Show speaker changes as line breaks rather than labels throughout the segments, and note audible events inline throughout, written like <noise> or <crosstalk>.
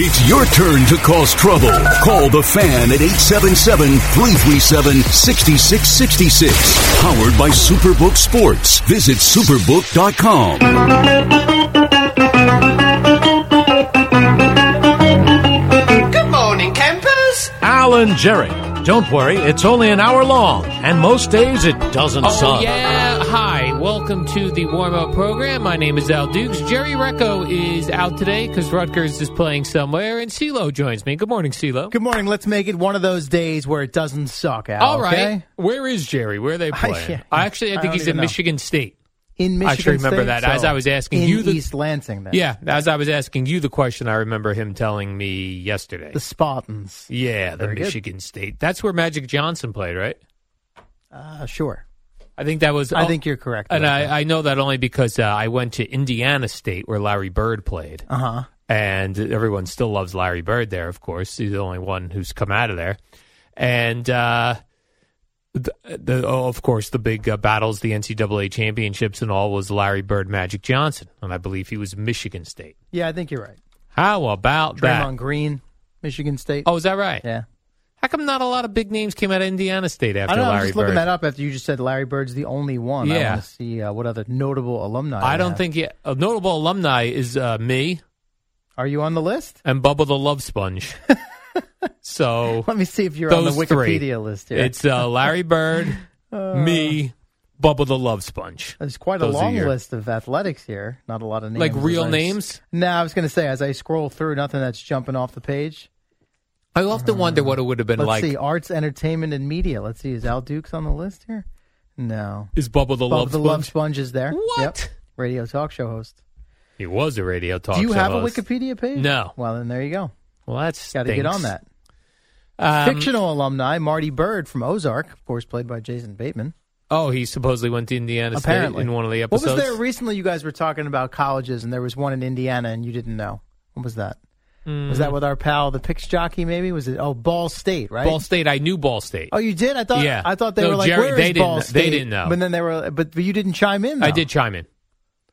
It's your turn to cause trouble. Call the fan at 877 337 6666. Powered by Superbook Sports. Visit superbook.com.
Good morning, campers.
Alan Jerry. Don't worry, it's only an hour long, and most days it doesn't
Oh,
suck.
yeah. Hi. Welcome to the warm up program. My name is Al Dukes. Jerry Recco is out today because Rutgers is playing somewhere, and CeeLo joins me. Good morning, CeeLo.
Good morning. Let's make it one of those days where it doesn't suck out.
All right.
okay?
Where is Jerry? Where are they playing?
yeah.
I actually, I
I
think
don't
he's
even
in
know.
Michigan State.
In Michigan
I should remember
State,
that.
so
As I was asking
in
you the-
East Lansing, then.
Yeah. As I was asking you the question, I remember him telling me yesterday.
The Spartans.
yeah, the
Very good.
Michigan State. That's where Magic Johnson played, right?
Uh, sure.
I think that was.
I
oh,
think you're correct.
And I, I know that only because uh, I went to Indiana State where Larry Bird played.
Uh huh.
and everyone still loves Larry Bird there, of course. He's the only one who's come out of there. And, uh, the, the, oh, of course, the big uh, battles, the NCAA championships and all, was Larry Bird Magic Johnson. And I believe he was Michigan State.
Yeah, I think you're right.
How about that?
Draymond Green, Michigan State.
Oh, is that right?
yeah.
How come not a lot of big names came out of Indiana State after
I don't know. I'm
Larry
just
Bird?
looking that up after you just said Larry Bird's the only one. I
Yeah.
want to see uh, what other notable alumni.
I
we
don't
have.
think he, a notable alumni is uh, me
Are you on the list? <laughs>
and Bubba the Love Sponge. so
Let me see if you're on the
Those three.
Wikipedia list here.
It's uh, Larry Bird,
<laughs>
me, Bubba the Love Sponge.
There's quite a
Those are
long
your-
list of athletics here. Not a lot of names.
Like
as
real
I s-
names?
No, I was going to say as I scroll through, nothing that's jumping off the page.
I often wonder what it would have been
Let's
like.
see, arts, entertainment, and media. Let's see, is Al Dukes on the list here? No.
Is Bubba the
Bob
Love
the
Sponge?
Love Sponge is there.
What?
Yep. Radio talk show host.
He was a radio talk.
Do you
show
have
host.
a Wikipedia page?
No.
Well, then there you go.
Well, that's
Got to get on that.
Um,
Fictional alumni Marty Bird from Ozark, of course, played by Jason Bateman.
Oh, he supposedly went to Indiana
Apparently,
State in one of the episodes.
What was there recently? You guys were talking about colleges, and there was one in Indiana, and you didn't know. What was that? Was that with our pal, the picks jockey? Maybe was it? Oh, Ball State, right?
Hmm. Ball State. I knew Ball State.
Oh, you did? I thought.
Yeah.
I thought they
No,
were like,
Jerry,
where is
they didn't-
Ball
they
State?
didn't know.
But then they were. But, but you didn't chime in. Though,
I did chime in.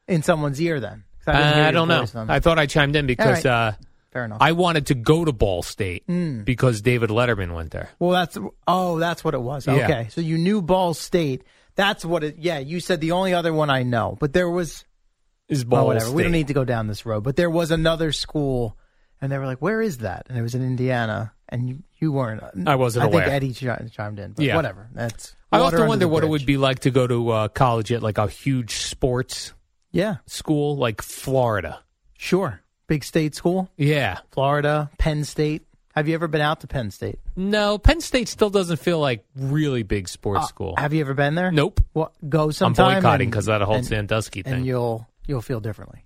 in someone's ear then. 'Cause
Uh,
didn't hear
I
your
don't know.
voice on-
I thought I chimed in because
All
uh,
Fair enough. Hmm.
I wanted to go to Ball State because David Letterman went there.
well, that's oh, that's what it was.
Yeah.
Okay, so you knew Ball State. That's what it. Yeah, you said the only other one I know, but there was
Is Ball
well, Oh, whatever.
State?
We don't need to go down this road, but there was another school, and they were like, "Where is that?" And it was in Indiana, and you, you weren't.
I wasn't
I
aware.
think Eddie chi- chimed in, but
Yeah.
whatever. That's.
I
water
often
under
wonder
the
what it
bridge.
would be like to go to uh, college at like a huge sports
Yeah,
school like Florida.
sure. Big state school,
Yeah.
Florida, Penn State. Have you ever been out to Penn State?
No, Penn State still doesn't feel like really big sports
Uh,
school.
Have you ever been there?
Nope.
Well, go
I'm
sometime.
boycotting
and-
because that whole
and-
Sandusky thing.
and you'll you'll feel differently.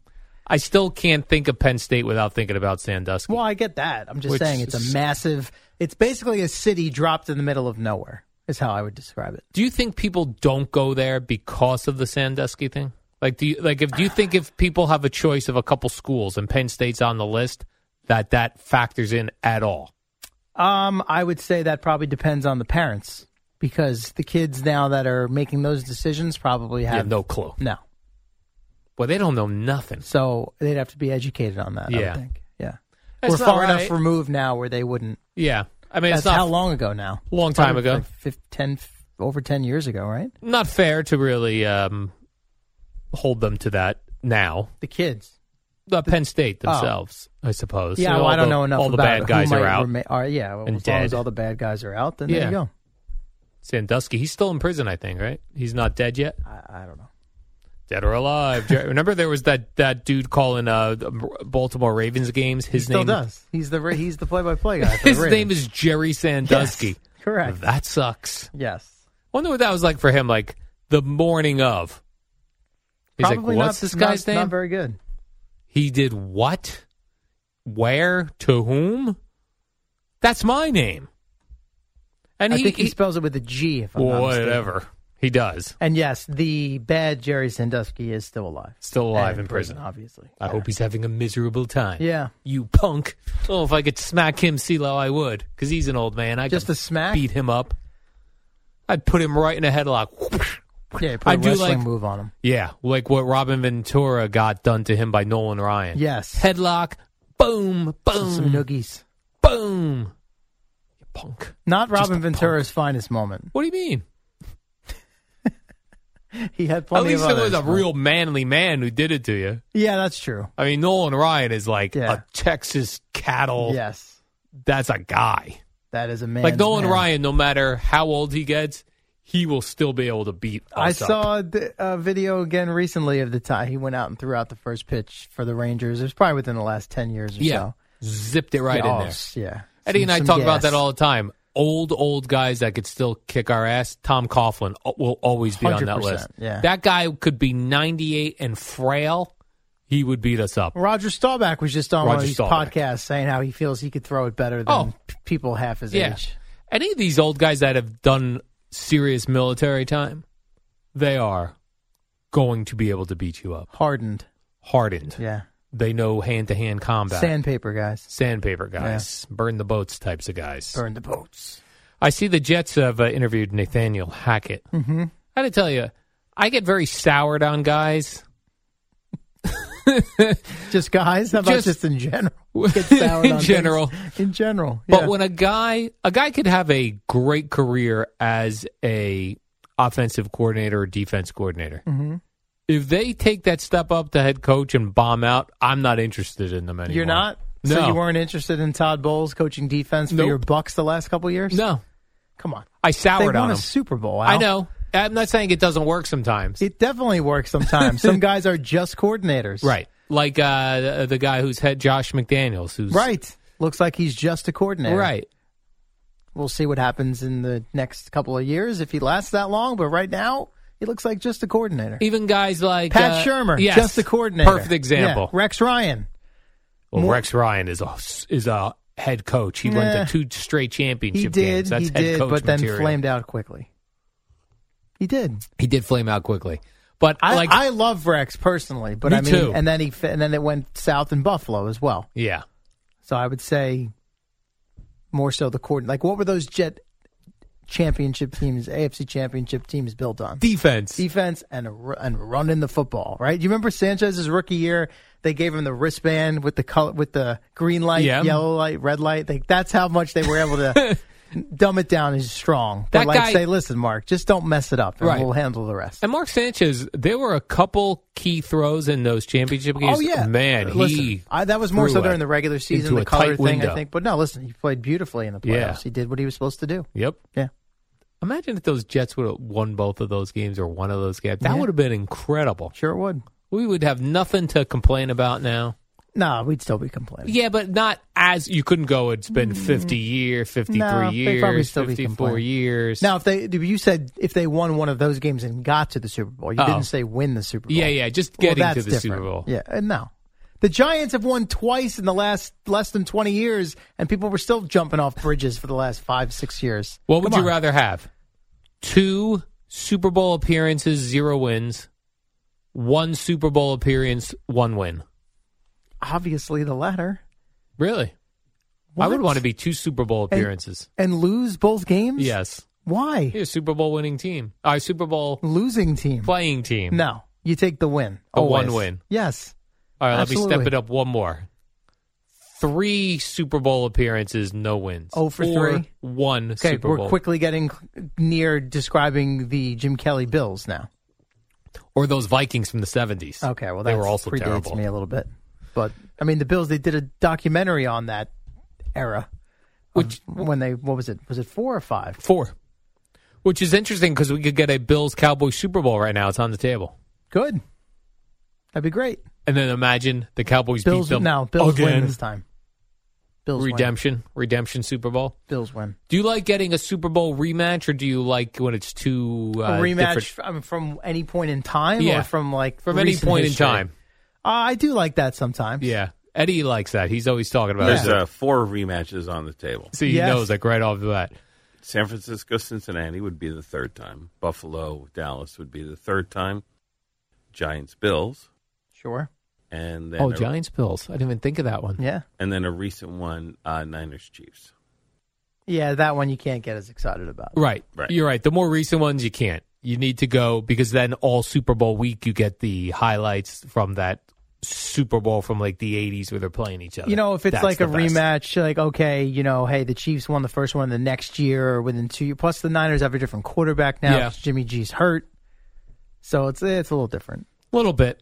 I still can't think of Penn State without thinking about Sandusky.
Well, I get that. I'm just
Which
saying it's
is-
a massive. It's basically a city dropped in the middle of nowhere. Is how I would describe it.
Do you think people don't go there because of the Sandusky thing? Like, do you, like if do you think if people have a choice of a couple schools and Penn State's on the list, that that factors in at all?
Um, I would say that probably depends on the parents because the kids now that are making those decisions probably
Yeah,
have
no clue.
no.
Well, they don't know nothing.
So they'd have to be educated on that. I
Yeah.
would think. Yeah,
That's not
we're far
right.
enough removed now where they wouldn't.
Yeah, I mean,
That's
it's not
how long ago now?
Long time
Probably
ago.
like fif- ten f- over ten years ago, right?
not fair to really um, hold them to that now.
The kids.
The Penn State themselves, I suppose.
Oh. Yeah,
So
well,
all
I don't
the-
know enough
All the
about
bad
who
guys
might
are out.
rema- are- yeah, well,
and
as long as
dead.
all the bad guys are out, then there
Yeah.
you go.
Sandusky, he's still in prison, I think, right? He's not dead yet.
I, I don't know.
Dead or alive. Jer- Remember there was that, that dude calling uh, the Baltimore Ravens games? His
Still
name
does. He's the ra- he's the play by play guy. for
<laughs>
the
His name
Ravens.
is Jerry Sandusky.
<laughs> correct.
That sucks.
Yes.
Wonder what that was like for him, like the morning of. He's
Probably
like,
not-
what's this guy's
not,
name?
Not very good.
He did what? Where? To whom? That's my name. And
I
he,
think he,
he-
spells it with a G. If I'm not mistaken.
whatever he does.
And yes, the bad Jerry Sandusky is still alive.
Still alive
And
in prison.
obviously.
I hope he's having a miserable time.
Yeah.
You punk. Oh, if I could smack him, CeeLo, I would. Because he's an old man. I
Just
could
a smack?
beat him up. I'd put him right in a headlock. <laughs>
Yeah, put a
I do
wrestling
like-
move on him.
Yeah, like what Robin Ventura got done to him by Nolan Ryan.
Yes.
Headlock, boom, boom,
Some noogies.
boom. You punk.
Not
Just
Robin
a
Ventura's finest moment.
What do you mean?
He had
At
plenty
least
of
it was a
others, but-
real manly man who did it to you.
Yeah, that's true.
I mean, Nolan Ryan is like
Yeah.
a Texas cattle.
Yes,
That's a guy.
that is a man.
like Nolan
man.
Ryan, no matter how old he gets, he will still be able to beat us
I
up.
saw the- a video again recently of the time he went out and threw out the first pitch for the Rangers. It was probably within the last ten years or
Yeah.
so.
Zipped it right
yeah,
in
oh,
there.
Yeah,
Eddie
Some-
and I
some
talk about
gas.
that all the time. Old, old guys that could still kick our ass. Tom Coughlin o- will always be on that list.
100%, yeah.
That guy could be 98 and frail. He would beat us up.
Roger Staubach was just on one of
Roger
these
Staubach.
podcasts saying how he feels he could throw it better than
Oh.
p- people half his
Yeah.
age.
Any of these old guys that have done serious military time, they are going to be able to beat you up.
Hardened.
Hardened.
Yeah.
They know hand to hand combat.
Sandpaper guys.
Sandpaper guys. Burn the boats types of guys.
Burn the boats.
I see the Jets have uh, interviewed Nathaniel Hackett. Mm-hmm. I got to tell you, I get very soured on guys.
Just guys? How about
Just-
just, in general? Get
<laughs>
soured
in
on
general.
things. In general.
But
yeah.
when a guy a guy could have a great career as a offensive coordinator or defense coordinator. Mm-hmm. If they take that step up to head coach and bomb out, I'm not interested in them anymore.
You're not?
No.
So you weren't interested in Todd Bowles coaching defense for
Nope.
your Bucks the last couple years?
No.
Come on.
I
They
soured
won
on
a
them.
Super Bowl. Al.
I know. I'm not saying it doesn't work sometimes.
It definitely works
<laughs>
sometimes. Some guys are just coordinators.
right. Like uh, the- the guy who's head Josh McDaniels who's
Right. Looks like he's just a coordinator.
Right.
We'll see what happens in the next couple of years if he lasts that long. But right now, he looks like just a coordinator.
Even guys like
Pat
uh,
Shermer,
yes.
just a coordinator.
Perfect example.
Yeah. Rex Ryan.
Well,
More-
Rex Ryan is a is a head coach. He went
Nah.
to two straight championship
He did.
games. That's
he
head
did,
coach
but
material.
then flamed out quickly. He did.
He did flame out quickly. But
I
like,
I love Rex personally, but
Me
I mean,
too.
and then he fi- and then it went south in Buffalo as well.
yeah,
So I would say more so the coordinator. Like, what were those Jet championship teams, AFC championship teams built on?
defense.
defense and a ru- and running the football, right? You remember Sanchez's rookie year? They gave him the wristband with the color, with the green light,
Yeah.
yellow light, red light. Like that's how much they were able to
<laughs>
dumb it down. Is strong, but
That
like
guy-
say, listen, Mark, just don't mess it up, and
Right.
we'll handle the rest.
and Mark Sanchez, there were a couple key throws in those championship games.
Oh yeah,
man,
Listen,
he
I, that was more
threw
so
a-
during the regular season,
into
the
a
color
tight
thing,
window.
I think. But no, listen, he played beautifully in the playoffs.
Yeah.
He did what he was supposed to do.
Yep.
Yeah,
Imagine if those Jets would have won both of those games or one of those games. That
Yeah.
would have been incredible.
sure would.
We would have nothing to complain about now.
Nah, we'd still be complaining.
Yeah, but not as you couldn't go. It's been fifty year, fifty three
No, Mm. they'd probably
years,
still be
fifty four
complaining.
years.
Now, if they, if you said if they won one of those games and got to the Super Bowl, you
Oh.
didn't say win the Super Bowl.
Yeah, yeah, just
Well,
getting to
that's
the Super
different.
Bowl.
Yeah, and no, the Giants have won twice in the last less than twenty years, and people were still jumping off bridges for the last five, six years.
What would
Come
you
on.
rather have? Two Super Bowl appearances, zero wins. One Super Bowl appearance, one win.
Obviously, the latter.
Really? I would
What?
want to be two Super Bowl appearances.
and lose both games.
yes.
Why?
You're a Super Bowl winning team. A Super Bowl
Losing team.
playing team.
No, you take the win.
A one
always.
win.
Yes.
All right, let me
Absolutely.
step it up one more. Three Super Bowl appearances, no wins.
Oh, for
Or
three?
One
Okay,
Super
we're
Bowl.
quickly getting near describing the Jim Kelly Bills now.
or those Vikings from the seventies.
Okay, well,
they
that
were also
predates
terrible.
me a little bit, but I mean, the Bills they did a documentary on that era, which when they what was it? Was it four or five?
Four, which is interesting because we could get a Bills Cowboys Super Bowl right now. It's on the table.
Good, that'd be great.
And then imagine the Cowboys
Bills
beat them
now. Bills
again.
win this time. Bills
Redemption, redemption Super Bowl.
Win. Bills win.
Do you like getting a Super Bowl rematch, or do you like when it's two uh,
a rematch
different-
I mean, from any point in time,
Yeah.
or from like
from any
recent
point
history?
in time?
Uh, I do like that sometimes.
Yeah, Eddie likes that. He's always talking about
There's
it.
uh, four rematches on the table.
So he
Yes.
knows like right off the bat.
San Francisco, Cincinnati would be the third time. Buffalo, Dallas would be the third time. Giants, Bills,
sure.
and then
Oh,
a,
Giants Bills. I didn't even think of that one.
Yeah,
and then a recent one, uh, Niners, Chiefs.
yeah. That one you can't get as excited about.
Right.
Right.
You're right. The more recent ones you can't. You need to go because then all Super Bowl week you get the highlights from that Super Bowl from like the 80s where they're playing each other.
You know, if it's
That's
like a
the best.
rematch, like okay, you know, hey, the Chiefs won the first one the next year or within two years. Plus, the Niners have a different quarterback now.
Yeah.
'cause Jimmy G's hurt, so it's it's a little different.
little bit.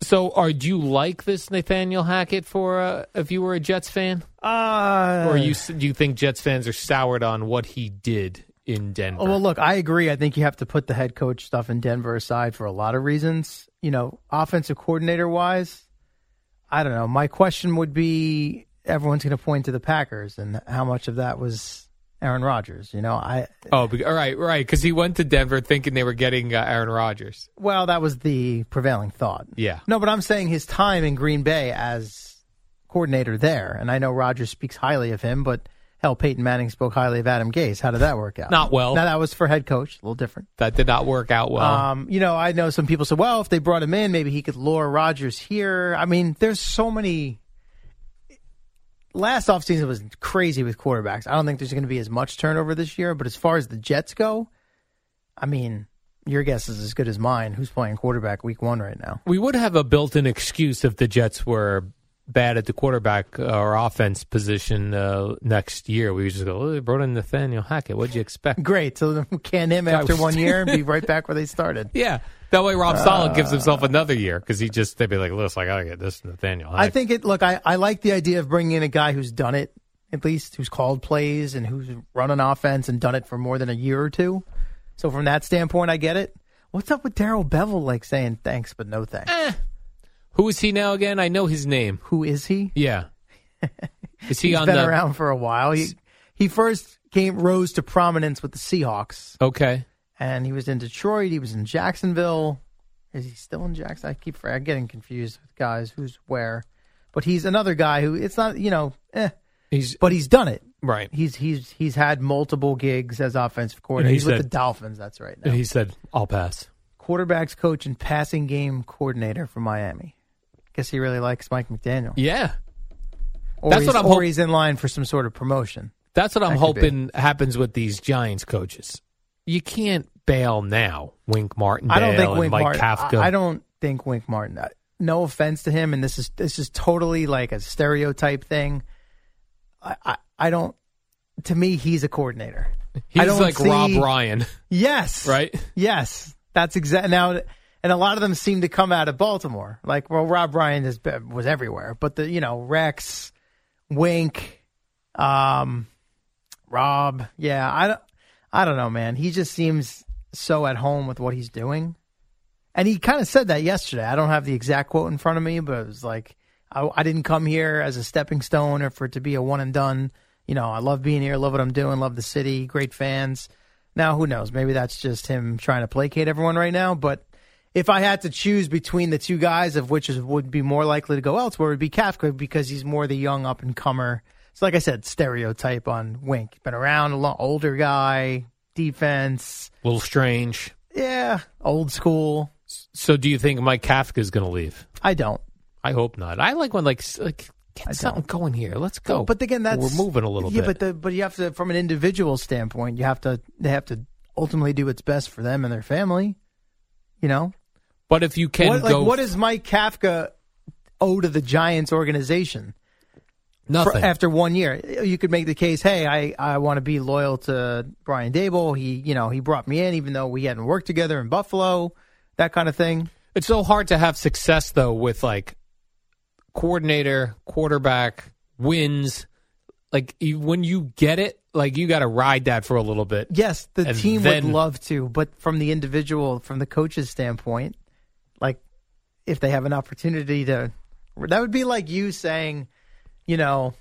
So, are do you like this Nathaniel Hackett for uh, if you were a Jets fan,
Uh,
or you s- do you think Jets fans are soured on what he did in Denver?
Oh, well, look, I agree. I think you have to put the head coach stuff in Denver aside for a lot of reasons. You know, offensive coordinator wise, I don't know. My question would be everyone's going to point to the Packers and how much of that was Aaron Rodgers. You know, I
Oh, be- all right, right, because he went to Denver thinking they were getting uh, Aaron Rodgers.
well, that was the prevailing thought.
Yeah.
No, but I'm saying his time in Green Bay as coordinator there, and I know Rodgers speaks highly of him, but hell, Peyton Manning spoke highly of Adam Gase. How did that work out?
Not well.
Now that was for head coach, a little different.
That did not work out well.
Um, you know, I know some people said, well, if they brought him in, maybe he could lure Rodgers here. I mean, there's so many. Last offseason was crazy with quarterbacks. I don't think there's going to be as much turnover this year, but as far as the Jets go, I mean, your guess is as good as mine. Who's playing quarterback week one right now?
we would have a built-in excuse if the Jets were bad at the quarterback uh, or offense position uh, next year. We would just go, oh, they brought in Nathaniel Hackett. What'd you expect?
Great. So <laughs> then we can him after one year and be right back where they started.
yeah, that way Rob Sala gives himself another year because he just they'd be like, listen, I gotta get this Nathaniel.
I
Hackett.
think it. Look, I, I like the idea of bringing in a guy who's done it at least, who's called plays and who's run an offense and done it for more than a year or two. So from that standpoint, I get it. What's up with Daryl Bevel like saying thanks but no thanks?
Eh. Who is he now again? I know his name.
Who is he? <laughs>
Yeah, is he
He's
on
been
the
around for a while. He he first came rose to prominence with the Seahawks,
okay?
and he was in Detroit. He was in Jacksonville. Is he still in Jackson? I keep forget- I'm getting confused with guys who's where. But he's another guy who it's not you know, eh,
He's
but he's done it.
right.
He's he's he's had multiple gigs as offensive coordinator.
he
He's with
said-
the Dolphins. That's right. Now.
He said, "I'll pass."
Quarterbacks coach and passing game coordinator for Miami. Guess he really likes Mike McDaniel.
Yeah,
Or
That's
he's-
what I'm
Or
hop-
he's in line for some sort of promotion.
That's what I'm
That could be.
hoping happens with these Giants coaches. You can't bail now, Wink Martindale
I don't think
and
Wink
Mike
Martin.
Kafka.
I, I don't think Wink Martin. uh, No offense to him, and this is this is totally like a stereotype thing. I I, I don't. To me, he's a coordinator.
He's
I don't
like Rob
see-
Ryan, <laughs>
Yes.
right?
Yes, that's exact. Now, and a lot of them seem to come out of Baltimore. Like, well, Rob Ryan has been, was everywhere, but the you know Rex, Wink, um, Rob. Yeah, I don't, I don't know, man. He just seems so at home with what he's doing, and he kind of said that yesterday. I don't have the exact quote in front of me, but it was like, I, I didn't come here as a stepping stone or for it to be a one and done. You know, I love being here, love what I'm doing, love the city, great fans. Now, who knows? Maybe that's just him trying to placate everyone right now. But if I had to choose between the two guys, of which is, would be more likely to go elsewhere, would be Kafka because he's more the young up and comer. So, like I said, stereotype on Wink. Been around, a lot older guy, defense.
A little strange.
Yeah, old school.
So, do you think Mike Kafka is going to leave?
I don't.
I hope not. I like when like s- like get something going here. Let's go.
But again, that's
we're moving a little
yeah,
bit.
but the, but you have to, from an individual standpoint, you have to they have to ultimately do what's best for them and their family. You know,
But if you can
what,
go,
like what does Mike Kafka owe to the Giants organization? for-
nothing.
after one year, you could make the case, hey, I, I want to be loyal to Brian Dable. He you know he brought me in, even though we hadn't worked together in Buffalo, that kind of thing.
it's so hard to have success though with like coordinator, quarterback, wins. Like you- when you get it, like you got to ride that for a little bit.
Yes, the
And
team
then-
would love to, but from the individual, from the coach's standpoint, like if they have an opportunity to, that would be like you saying, you know,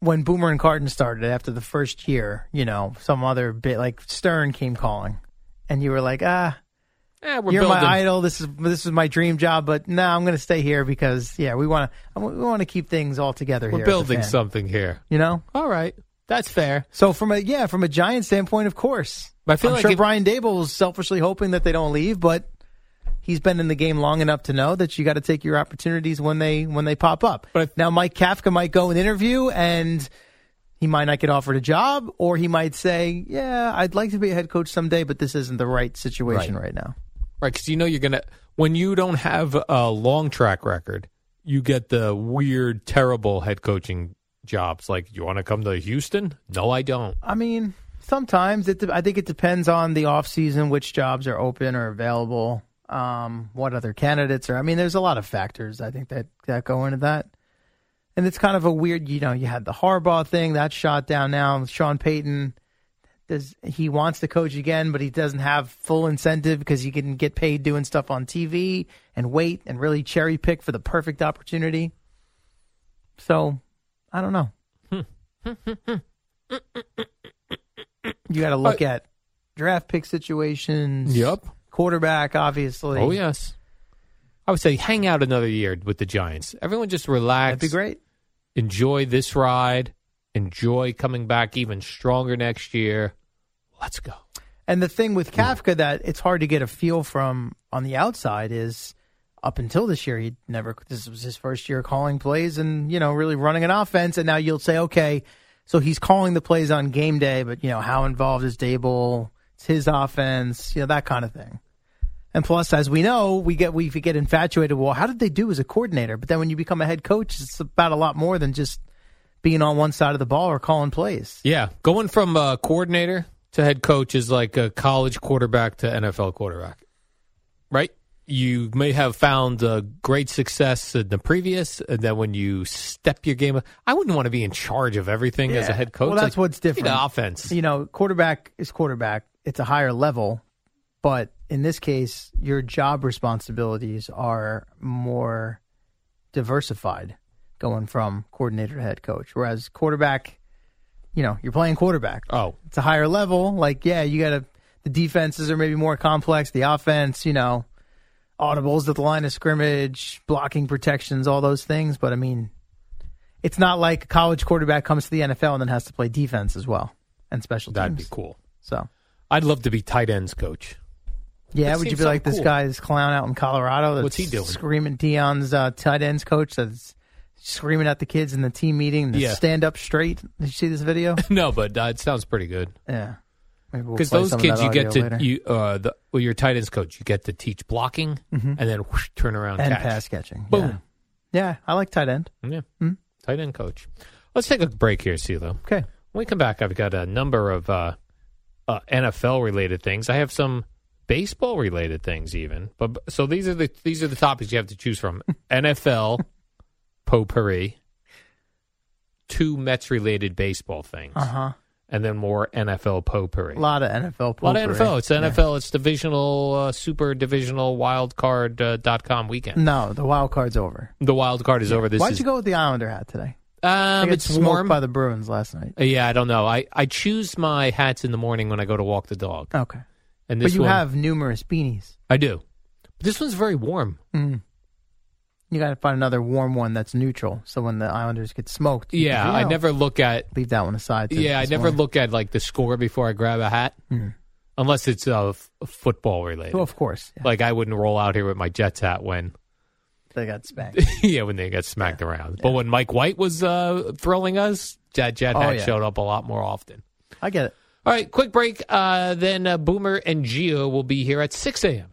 when Boomer and Carton started after the first year, you know, some other bit like Stern came calling, and you were like, ah,
Eh, we're
you're
building.
my idol. This is this is my dream job, but no, I'm going to stay here because yeah, we want to we want to keep things all together.
we're
here as a
building
fan,
something here.
you know.
All right, that's fair.
So from a yeah, from a Giants standpoint, of course.
But I feel
am
like
sure
if-
Brian Dable was selfishly hoping that they don't leave, but he's been in the game long enough to know that you got to take your opportunities when they when they pop up.
But-
now Mike Kafka might go and interview and he might not get offered a job, or he might say, "Yeah, I'd like to be a head coach someday, but this isn't the right situation right, now."
Right, because you know you're gonna when you don't have a long track record, you get the weird, terrible head coaching jobs. Like, you want to come to Houston? No, I don't.
I mean, sometimes it. de- I think it depends on the off season, which jobs are open or available, um, what other candidates are. I mean, there's a lot of factors. I think that that go into that, and it's kind of a weird. You know, you had the Harbaugh thing that shot down. Now Sean Payton does he wants to coach again, but he doesn't have full incentive because he can get paid doing stuff on TV and wait and really cherry pick for the perfect opportunity. So, I don't know. you got to look at draft pick situations.
Yep.
Quarterback, obviously.
Oh yes, I would say hang out another year with the Giants. Everyone just relax.
That'd be great.
Enjoy this ride. Enjoy coming back even stronger next year. Let's go.
And the thing with Kafka that it's hard to get a feel from on the outside is up until this year he never this was his first year calling plays and you know really running an offense and now you'll say okay so he's calling the plays on game day but you know how involved is Dable it's his offense you know that kind of thing and plus as we know we get we get infatuated well how did they do as a coordinator but then when you become a head coach it's about a lot more than just being on one side of the ball or calling plays
Yeah, going from uh, coordinator to head coach is like a college quarterback to NFL quarterback, right? You may have found uh, great success in the previous, and then when you step your game, up, I wouldn't want to be in charge of everything as a
Yeah.
head coach.
Well, that's
Like,
what's
you need
different.
offense.
you know, quarterback is quarterback. It's a higher level, but in this case, your job responsibilities are more diversified going from coordinator to head coach. Whereas quarterback, you know, you're playing quarterback.
Oh,
It's a higher level. Like, yeah, you got to, the defenses are maybe more complex. The offense, you know, audibles at the line of scrimmage, blocking protections, all those things. But I mean, it's not like a college quarterback comes to the NFL and then has to play defense as well and special
that'd be
teams.
cool.
So,
I'd love to be tight ends coach. <laughs>
yeah,
That
would you
seems
be like
something
this
cool.
guy, this clown out in Colorado? That's
What's he doing?
Screaming Dion's uh, tight ends coach that's screaming at the kids in the team meeting to
Yeah.
stand up straight. Did you see this
<laughs>
video?
no, but uh, it sounds pretty good
yeah. Maybe we'll
because
play
those
some of
kids
that
you get
audio
to
later.
you uh, the, well, your tight ends coach you get to teach blocking and then whoosh, turn around
Mm-hmm. and
catch.
pass catching.
Boom.
Yeah. yeah, I like tight end.
Yeah, tight end coach. Let's take a break here, CeeLo.
Hmm? Okay.
When we come back, I've got a number of uh, uh, NFL related things. I have some baseball related things, even. But so these are the these are the topics you have to choose
<laughs>
from: NFL potpourri, two Mets related baseball things,
Uh huh.
and then more NFL potpourri.
A lot of NFL.
A lot of
potpourri.
NFL. It's NFL. It's divisional, uh, super divisional wild card uh, dot com weekend.
No, the wild card's over.
The wild card is over. This
Mm. Why'd
is
you go with the Islander hat today? I
um,
got
it's
smoked
warm.
by the Bruins last night.
Uh, Yeah, I don't know. I, I choose my hats in the morning when I go to walk the dog.
Okay,
And this
but you
one,
have numerous beanies.
I do. But this one's very warm.
You got to find another warm one that's neutral. So when the Islanders get smoked, you
Yeah,
can
I
feel-
never look at.
leave that one aside. to
Yeah, I
this
never
morning. Hmm.
look at like the score before I grab a hat. unless it's uh, f- football related.
Well, of course. Yeah.
Like I wouldn't roll out here with my Jets hat when <laughs>
They got spanked.
yeah when they got smacked around. But when Mike White was uh, throwing us, that Jet
Oh,
hat
yeah.
showed up a lot more often.
I get it.
All right, quick break. Uh, then uh, Boomer and Geo will be here at six a.m.